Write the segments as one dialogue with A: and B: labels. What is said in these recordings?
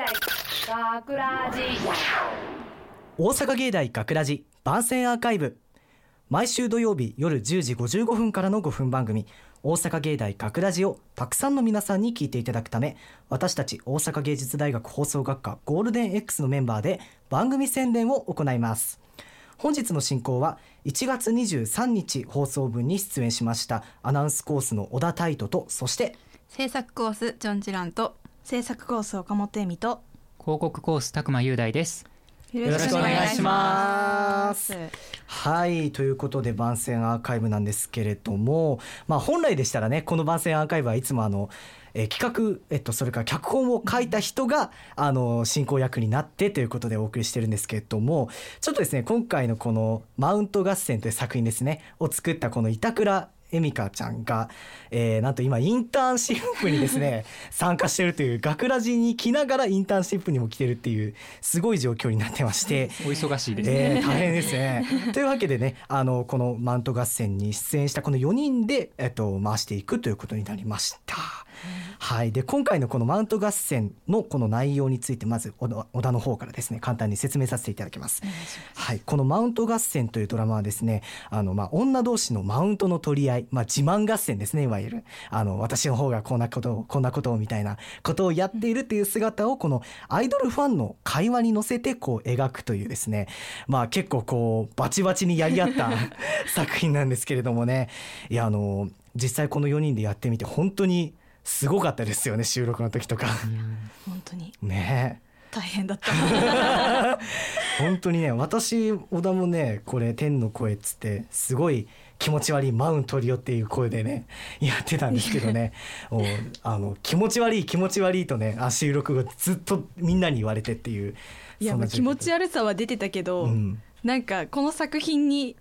A: 学ラジ
B: 大阪芸大学ラジ番宣アーカイブ毎週土曜日夜10時55分からの5分番組大阪芸大学ラジをたくさんの皆さんに聞いていただくため私たち大阪芸術大学放送学科ゴールデン X のメンバーで番組宣伝を行います本日の進行は1月23日放送分に出演しましたアナウンスコースの小田泰斗とそして
C: 制作コースジョン・ジランと
D: 制作コース岡本恵美と
E: 広告コース拓磨雄大です。
C: よ
E: ろしくお願いし
B: ますはいということで番宣アーカイブなんですけれども、まあ、本来でしたらねこの番宣アーカイブはいつもあの、えー企画、えっと、それから脚本を書いた人があの進行役になってということでお送りしてるんですけれどもちょっとですね今回のこの「マウント合戦」という作品ですねを作ったこの板倉恵美香ちゃんが、えーなんと今インターンシップにですね参加してるという学ラジに来ながらインターンシップにも来てるっていうすごい状況になってまして。
E: お忙しいです。
B: えー大変ですね。というわけでねあのこのマウント合戦に出演したこの4人で、えっと、回していくということになりました。はい、で今回のこのマウント合戦のこの内容についてまず小田小田の方からですね簡単に説明させていただきます。はい、このマウント合戦というドラマはですねあの、まあ、女同士のマウントの取り合い、まあ、自慢合戦ですねいわゆるあの私の方がこんなことをこんなことをみたいなことをやっているっていう姿をこのアイドルファンの会話に乗せてこう描くというですねまあ結構こうバチバチにやり合った 作品なんですけれどもねいやあの実際この4人でやってみて本当にすごかったですよね収録の時とか。
D: 本当に
B: ねえ
D: 大変だ った
B: 本当にね私小田もねこれ「天の声」っつってすごい気持ち悪いマウントリオっていう声でねやってたんですけど ねもうあの気持ち悪い気持ち悪いとねあ収録後ずっとみんなに言われてっていう
D: いやまあ気持ち悪さは出てたけど、
B: うん
D: なんかこの作品に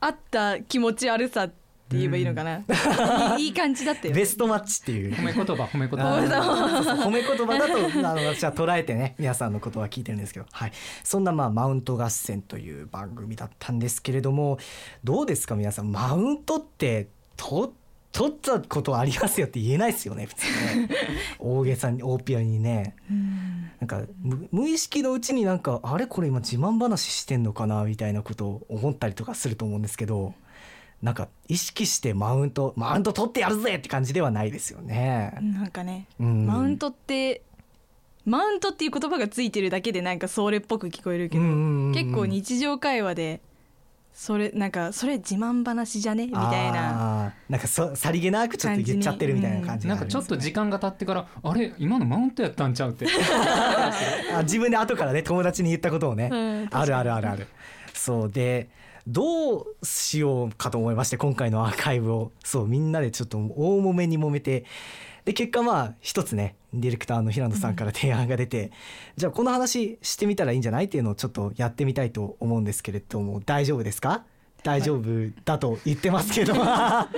D: あった気持ち悪さって言えばいいのかな、いいいい感じだったよ
B: ベストマッチっていう
E: 褒め言葉褒め言
B: あ
E: 葉。
B: ーそうそう褒め言葉だとあの私は捉えて ね皆さんのことは聞いてるんですけど、はい、そんな、まあ「マウント合戦」という番組だったんですけれどもどうですか皆さんマウントってと取ったことありますよって言えないですよね普通 ね大げさに大ピアにねなんか無無意識のうちになんかあれこれ今自慢話してんのかなみたいなことを思ったりとかすると思うんですけどなんか意識してマウントマウント取ってやるぜって感じではないですよね。
D: なんかね、
B: うん
D: マウントってマウントっていう言葉がついてるだけでなんかそれっぽく聞こえるけど、
B: うんうんうん
D: 結構日常会話でそれなんかそれ自慢話じゃねみたいな
B: あーなんかそさりげなくちょっと言っちゃってるみたいな感じ
E: な
B: が
E: ん
B: あ
E: か
B: り
E: ちょ
B: ま
E: っ
B: す
E: と時間が経ってからあれ今のマウントやったんち ゃうって。
B: あ自分で後からね友達に言ったことをね、
D: うん
B: あるあるあるあるそうでどうしようかと思いまして今回のアーカイブをそうみんなでちょっと大揉めに揉めてで結果まあ一つねディレクターの平野さんから提案が出て、じゃあこの話してみたらいいんじゃないっていうのをちょっとやってみたいと思うんですけれども大丈夫ですか大丈夫だと言ってますけ ど、
E: や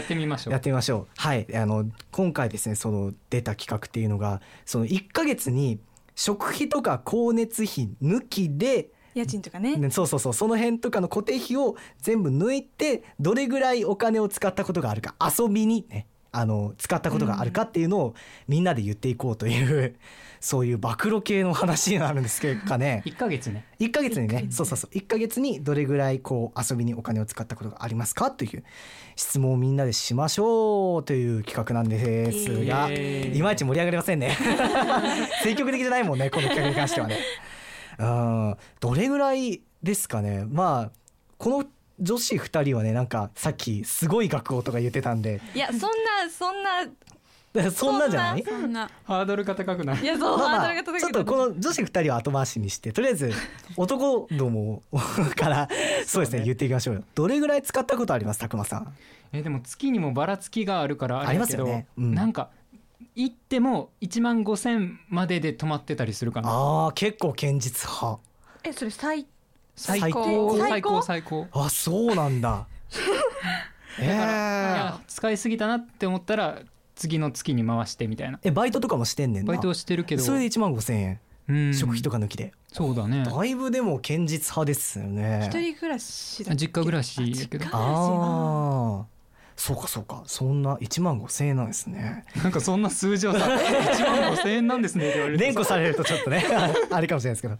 E: ってみましょ
B: やっ
E: う。
B: てみましょう。はい、あの今回ですね、その出た企画っていうのが、その1ヶ月に食費とか光熱費抜きで、
D: 家賃とかね
B: ねそうそうそう、その辺とかの固定費を全部抜いて、どれぐらいお金を使ったことがあるか、遊びにね、あの使ったことがあるかっていうのをみんなで言っていこうという、そういう暴露系の話になるんですけどかね。
E: 一ヶ月ね。
B: 1ヶ月にねそうそうそう1ヶ月にどれぐらいこう遊びにお金を使ったことがありますかという質問をみんなでしましょうという企画なんですが
E: イエーイ
B: いまいち盛り上がりませんね 積極的じゃないもんねこの企画に関してはねうんどれぐらいですかねまあこの女子2人はねなんかさっきすごい学校とか言ってたん で
D: いやそんなそんな
B: そんなんじゃない
C: そんな
E: ハードルが高くないい。
D: やそう
B: まあま
D: ハ
B: あ
D: ードル
B: ちょ
D: が高
B: っと
D: い
B: この女子2人を後回しにしてとりあえ ず男どもからそうですね言っていきましょうよどれぐらい使ったことありますたくまさん
E: えでも月にもばらつきがあるからあれだけど
B: ありますよねうん
E: なんか行っても一万五千までで止まってたりするかな。
B: あー結構堅実派
D: えそれ最
E: 最
B: 最
E: 高
B: 高
E: 最高最高。
B: あそうなん だえ
E: い
B: ー
E: や使いすぎたなって思ったら次の月に回してみたいな。
B: えバイトとかもしてんねんな
E: バイトはしてるけど。
B: それで1万5,000円、
E: うん
B: 食費とか抜きで
E: そうだね。
B: だいぶでも堅実派ですよね
D: 一人暮らしだ
E: 実家暮らしやけど
D: あ実家
B: ああそうかそうかそんな1万5千円なんですね。
E: なんかそんな数字をさ1万5千円なんですねって言われる
B: 連
E: と
B: 呼されるとちょっと ねあれかもしれないですけど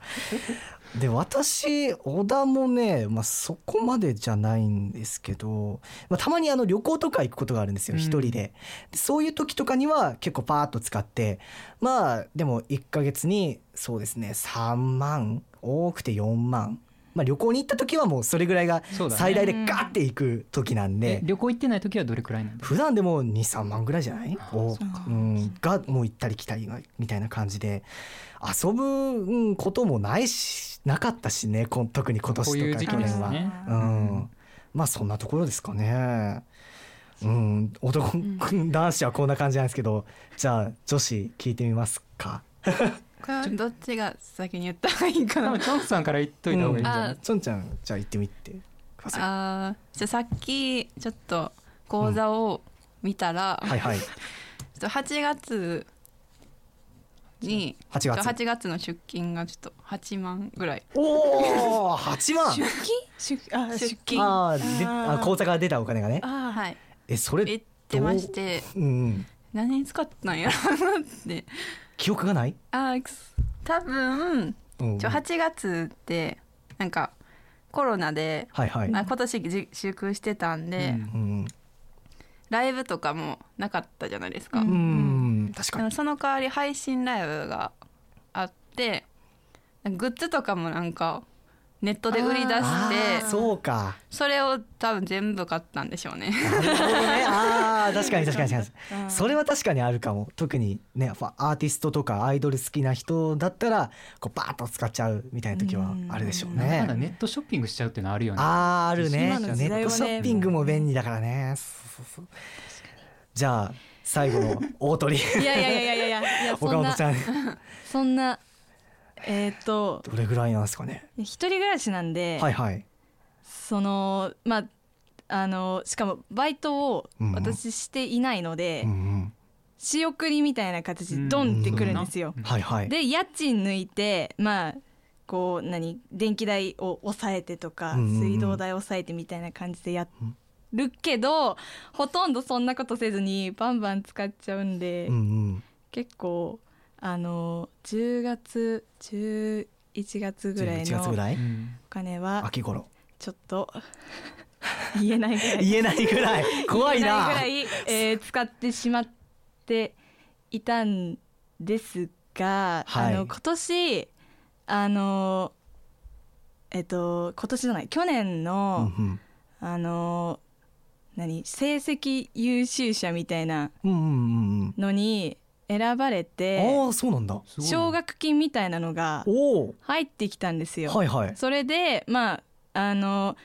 B: で私小田もね、まあ、そこまでじゃないんですけど、まあ、たまにあの旅行とか行くことがあるんですよ
E: うん
B: 一、人ででそういう時とかには結構パーッと使ってまあでも1ヶ月にそうですね3万多くて4万、まあ、旅行に行った時はもうそれぐらいが
E: そうだね
B: 最大でガーって行く時なんで、
E: え旅行行ってない時はどれくらいなんですか
B: 普段でも23万ぐらいじゃない
E: あ
B: お
E: そう
C: か
B: うん、がもう行ったり来たりがみたいな感じで遊ぶうんこともないしなかったしねこん特に今
E: こう
B: 年
E: いう
B: とか
E: 時
B: 去
E: 期です
B: 年は。
E: ね
B: う
E: うんん、
B: まあそんなところですかね。うん、男、男子はこんな感じなんですけどじゃあ女子聞いてみますか。
C: これはどっちが先に言った方がいいか
E: 多
C: な
E: 分チョンさんから言っといた方がいいんじゃない、
C: あ
B: ちょんちゃんじゃあ行ってみてくださ
C: あーじゃあさっきちょっと講座を見たら、
B: い。はい はい
C: ちょっと8月に
B: 八月。
C: 8月の出勤がちょっと8万ぐらい
B: おお八万。
D: 出勤出あ
C: 出
D: 出
C: 勤
D: 勤
B: あーであ
D: あー
B: 口座から出たお金がね。
D: あはい
C: はい
B: えそれ
C: 行ってまして
B: うんうん
C: 何に使ったんやろなって
B: 記憶がない。
C: あーくそ多分
B: うん
C: ちょ8月ってなんかコロナで、
B: はいはい。
C: あ今年自粛してたんで、
E: うん
B: うん
C: ライブとかもなかったじゃないですか、
D: う
B: うんん確
C: で
B: か
C: も
B: に。
C: その代わり配信ライブがあってグッズとかもなんかネットで売り出し
B: あ
C: て
B: ーそうか。
C: それを多分全部買ったんでしょうね
B: なるほどね。ああ 確かに確かに確かに。それは確かにあるかも。特にねやっぱアーティストとかアイドル好きな人だったらこうバーッと使っちゃうみたいな時はあるでしょう
E: なんだかんだ
B: ね。
E: ネットショッピングしちゃうっていうのはあるよね
B: あーあるね。
D: 今
B: ネ
D: の時代は
B: ッ
D: ね
B: トショッピングも便利だからね。そうそうそうじゃあ最後 の大鳥
D: いやいやいやいやいやいや
B: 岡
D: そん
B: 本
D: な
B: ちゃん
D: そんなえーっと
B: どれぐらいなんですかね。
D: 一人暮らしなんで、
B: はいはい。
D: そのまああのしかもバイトを
B: うん
D: 私していないので、
B: うんうん
D: 仕送りみたいな形でドンってくるんですよ。
E: うん
B: はいはい。
D: で家賃抜いてまあこう何電気代を抑えてとか
B: うんうんうん
D: 水道代を抑えてみたいな感じでやるけどほとんどそんなことせずにバンバン使っちゃうんで、
B: うんうん。
D: 結構あの10月11月ぐらい
B: 11月ぐ
D: の
B: らい
E: うん
D: お金は
B: 秋頃
D: ちょっと 言えないぐらい
B: 言えないぐ らい怖いな
D: 言えないぐらい、えー使ってしまっていたんですが、
B: はい
D: あの今年あのえっと今年じゃない去年の、
B: うん
D: あの何成績優秀者みたいな
B: うんうんうんうん
D: のに選ばれて
B: ああそうなんだ
E: すごいな
D: 奨学金みたいなのが
B: おお
D: 入ってきたんですよ。
B: はいはい
D: それでまああの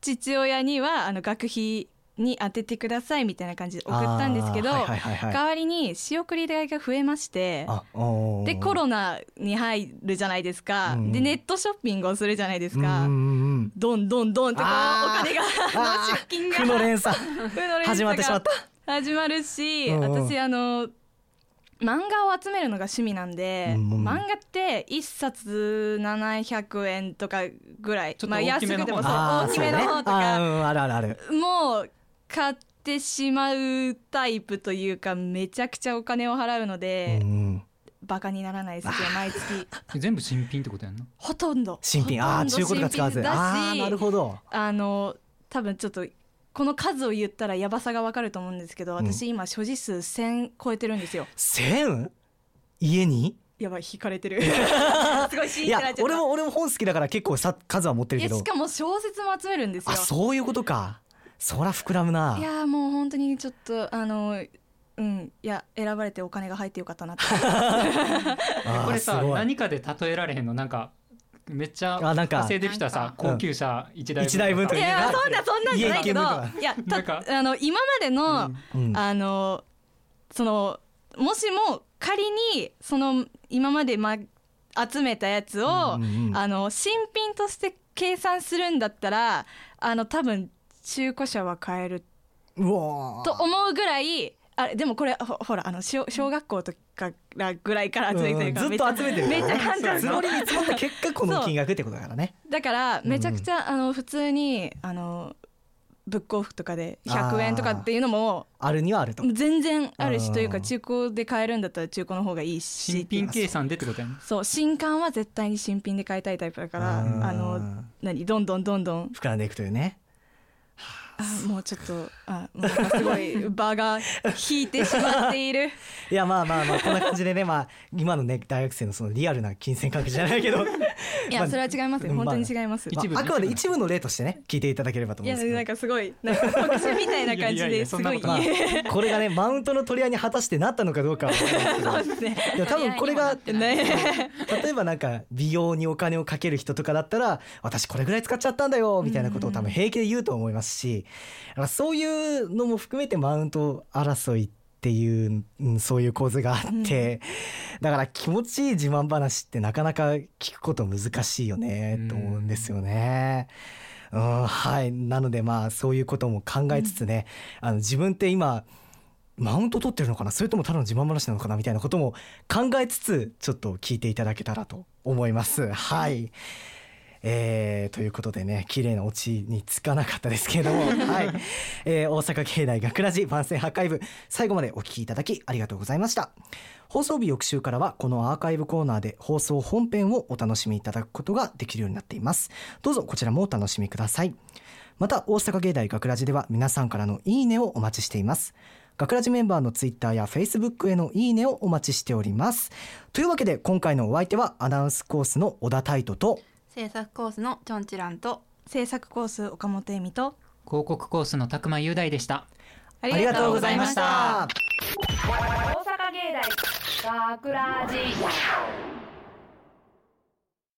D: 父親にはあの学費に当ててくださいみたいな感じで送ったんですけど、
B: あーはいはいはいは
D: 代
B: い
D: わりに仕送り代が増えまして
B: あおー
D: でコロナに入るじゃないですか、
B: うん
D: でネットショッピングをするじゃないです
B: うん
D: か、
B: うんうん
D: どんどんどんってこうお
B: あー
D: 金が
B: あー
D: 出 金が
B: 負の連鎖
D: 負の連鎖が
B: 始まってしまった
D: 始まるし、
B: うんうん
D: 私あの漫画を集めるのが趣味なんで、
B: うんうん
D: 漫画って一冊700円とかぐらい
E: ちょっと
D: まあ
E: 大き
D: 安
E: めの
D: くてもそう
B: あ
D: 大
B: ー
D: きめの
B: そう
D: 方
B: ね
D: と
B: あ
D: か
B: ーうんあるあるある
D: もう買ってしまうタイプというかめちゃくちゃお金を払うので
B: う、んうん
D: バカにならないですよ毎 月
E: 全部新品ってことやんな
D: ほとんど
B: 新品ああー中古とか使わず
D: ほとんど
B: あ
D: 新品だし
B: あなるほど
D: あの多分ちょっとこの数を言ったらやばさがわかると思うんですけど私今所持数1000超えてるんですよ
B: 千家に
D: やばい引かれ てるすごいシー
B: い
D: ンってな
B: や
D: っちゃった
B: 俺も俺も本好きだから結構さ数は持ってる
D: い
B: け
D: や
B: ど
D: しかも小説も集めるんですよ
B: あそういうことかそら膨らむない
D: やーもう本当にちょっとあのうんいや選ばれてお金が入ってよかったなって
B: あー
E: これ
B: す
E: さ
B: ごい
E: 何かで例えられへんのなんかめっちゃ
B: あなんか
E: 稼いでる人は
C: なん
E: さ
C: か
E: 高級車一台
B: 一台分と
D: い
B: か
D: やそんなそんなんじゃないけど
B: 家行けんの
D: いや
E: なんか
D: たあの今までの、
B: うん
D: あのそのもしも仮にその今まで、ま、集めたやつを、
B: うんうんうん
D: あの新品として計算するんだったらあの多分中古車は買える
B: うわー
D: と思うぐらいあれでもこれほほらあの小小学校とかからぐらいから集めてるから
B: うんず
D: め
B: っ
D: ちゃ
B: と集めてる
D: めっちゃ
B: ゃ
D: 簡単
B: 積もりに積もった結果この金額ってことだからね
D: だからめちゃくちゃ、あの普通にあのブックオフとかで100円とかっていうのも
B: あるにはあると。
D: 全然ある
B: う
D: し
B: ん
D: というか中古で買えるんだったら中古の方がいいし
E: 新品計算でってことやね
D: そう新刊は絶対に新品で買いたいタイプだから
B: うん
D: あの何どんどんどんどん
B: 膨らんでいくというね。
D: あもうちょっとあもうなんかすごい場が引いてしまっている
B: いやまあまあまあこんな感じでねまあ今のね大学生のそのリアルな金銭関係じゃないけ ど
D: いやそれは違いますよ
B: まあ
D: 本当に違います、
E: 一部
B: まああくまで一部の例としてね聞いていただければと
D: い
B: 思うん
D: や
B: ですけど。
D: なんかすごいなんか特集みたいな感じ
E: いやいやい
D: で
E: や
D: す
E: そんな
D: ご
E: こ
D: い
E: と
B: ま
E: な
B: あ
E: い
D: 言え、
B: これがねマウントの取り合いに果たしてなったのかどうかは分からないけど
D: そうですね
B: いや多分これ が
C: 取り合いにはなってない
B: 例えばなんか美容にお金をかける人とかだったら私これぐらい使っちゃったんだよみたいなことを多分平気で言うと思いますしだからそういうのも含めてマウント争いっていう、うんそういう構図があって、だから気持ちいい自慢話ってなかなか聞くこと難しいよねと思うんですよね。うん、はいなのでまあそういうことも考えつつね、あの自分って今マウント取ってるのかなそれともただの自慢話なのかなみたいなことも考えつつちょっと聞いていただけたらと思います。はいえーということでね綺麗なオチにつかなかったですけれども、はいえー大阪芸大学ラジ番宣アーカイブ最後までお聞きいただきありがとうございました放送日翌週からはこのアーカイブコーナーで放送本編をお楽しみいただくことができるようになっていますどうぞこちらもお楽しみくださいまた大阪芸大学ラジでは皆さんからのいいねをお待ちしています学ラジメンバーのツイッターやフェイスブックへのいいねをお待ちしておりますというわけで今回のお相手はアナウンスコースの小田泰斗と
C: 制作コースのチョンチランと
D: 制作コース岡本恵美と
E: 広告コースの拓磨雄大でした
D: あ
B: ありがとうございました。
A: 大阪芸大学ラジ